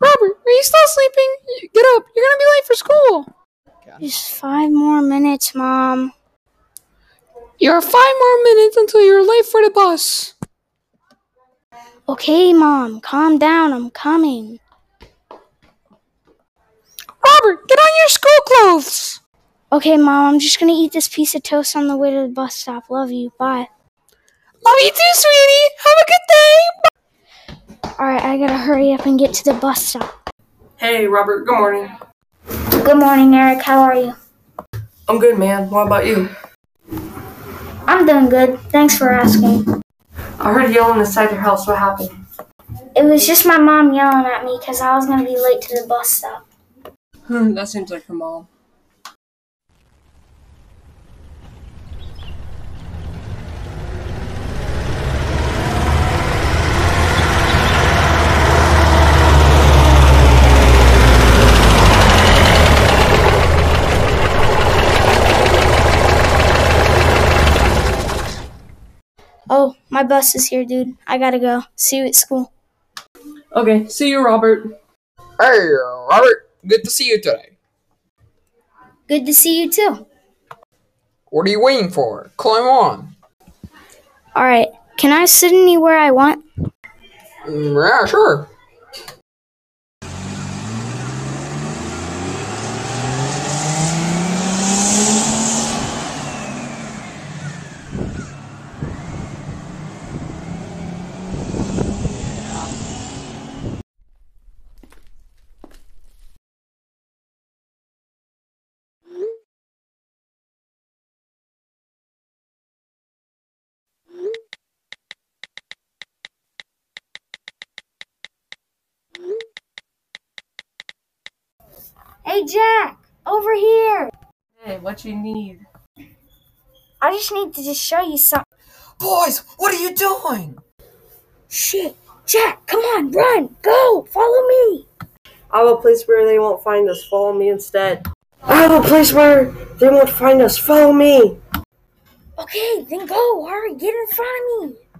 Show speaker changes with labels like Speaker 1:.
Speaker 1: Robert, are you still sleeping? You- Get up. You're going to be late for school.
Speaker 2: Just five more minutes, Mom.
Speaker 1: You're five more minutes until you're late for the bus.
Speaker 2: Okay, Mom, calm down. I'm coming.
Speaker 1: Robert, get on your school clothes.
Speaker 2: Okay, Mom, I'm just gonna eat this piece of toast on the way to the bus stop. Love you. Bye.
Speaker 1: Love you too, sweetie. Have a good day.
Speaker 2: Alright, I gotta hurry up and get to the bus stop.
Speaker 3: Hey, Robert, good morning.
Speaker 2: Good morning, Eric. How are you?
Speaker 3: I'm good, man. What about you?
Speaker 2: I'm doing good. Thanks for asking.
Speaker 3: I heard yelling inside your house. What happened?
Speaker 2: It was just my mom yelling at me because I was gonna be late to the bus stop.
Speaker 3: Hmm, that seems like your mom.
Speaker 2: Oh, my bus is here, dude. I gotta go. See you at school.
Speaker 3: Okay, see you, Robert.
Speaker 1: Hey, Robert. Good to see you today.
Speaker 2: Good to see you too.
Speaker 1: What are you waiting for? Climb on.
Speaker 2: Alright, can I sit anywhere I want?
Speaker 1: Mm, Yeah, sure.
Speaker 2: Hey, Jack, over here.
Speaker 3: Hey, what you need?
Speaker 2: I just need to just show you something.
Speaker 1: Boys, what are you doing?
Speaker 2: Shit, Jack, come on, run, go, follow me.
Speaker 3: I have a place where they won't find us. Follow me instead. I have a place where they won't find us. Follow me.
Speaker 2: Okay, then go, hurry, get in front of me.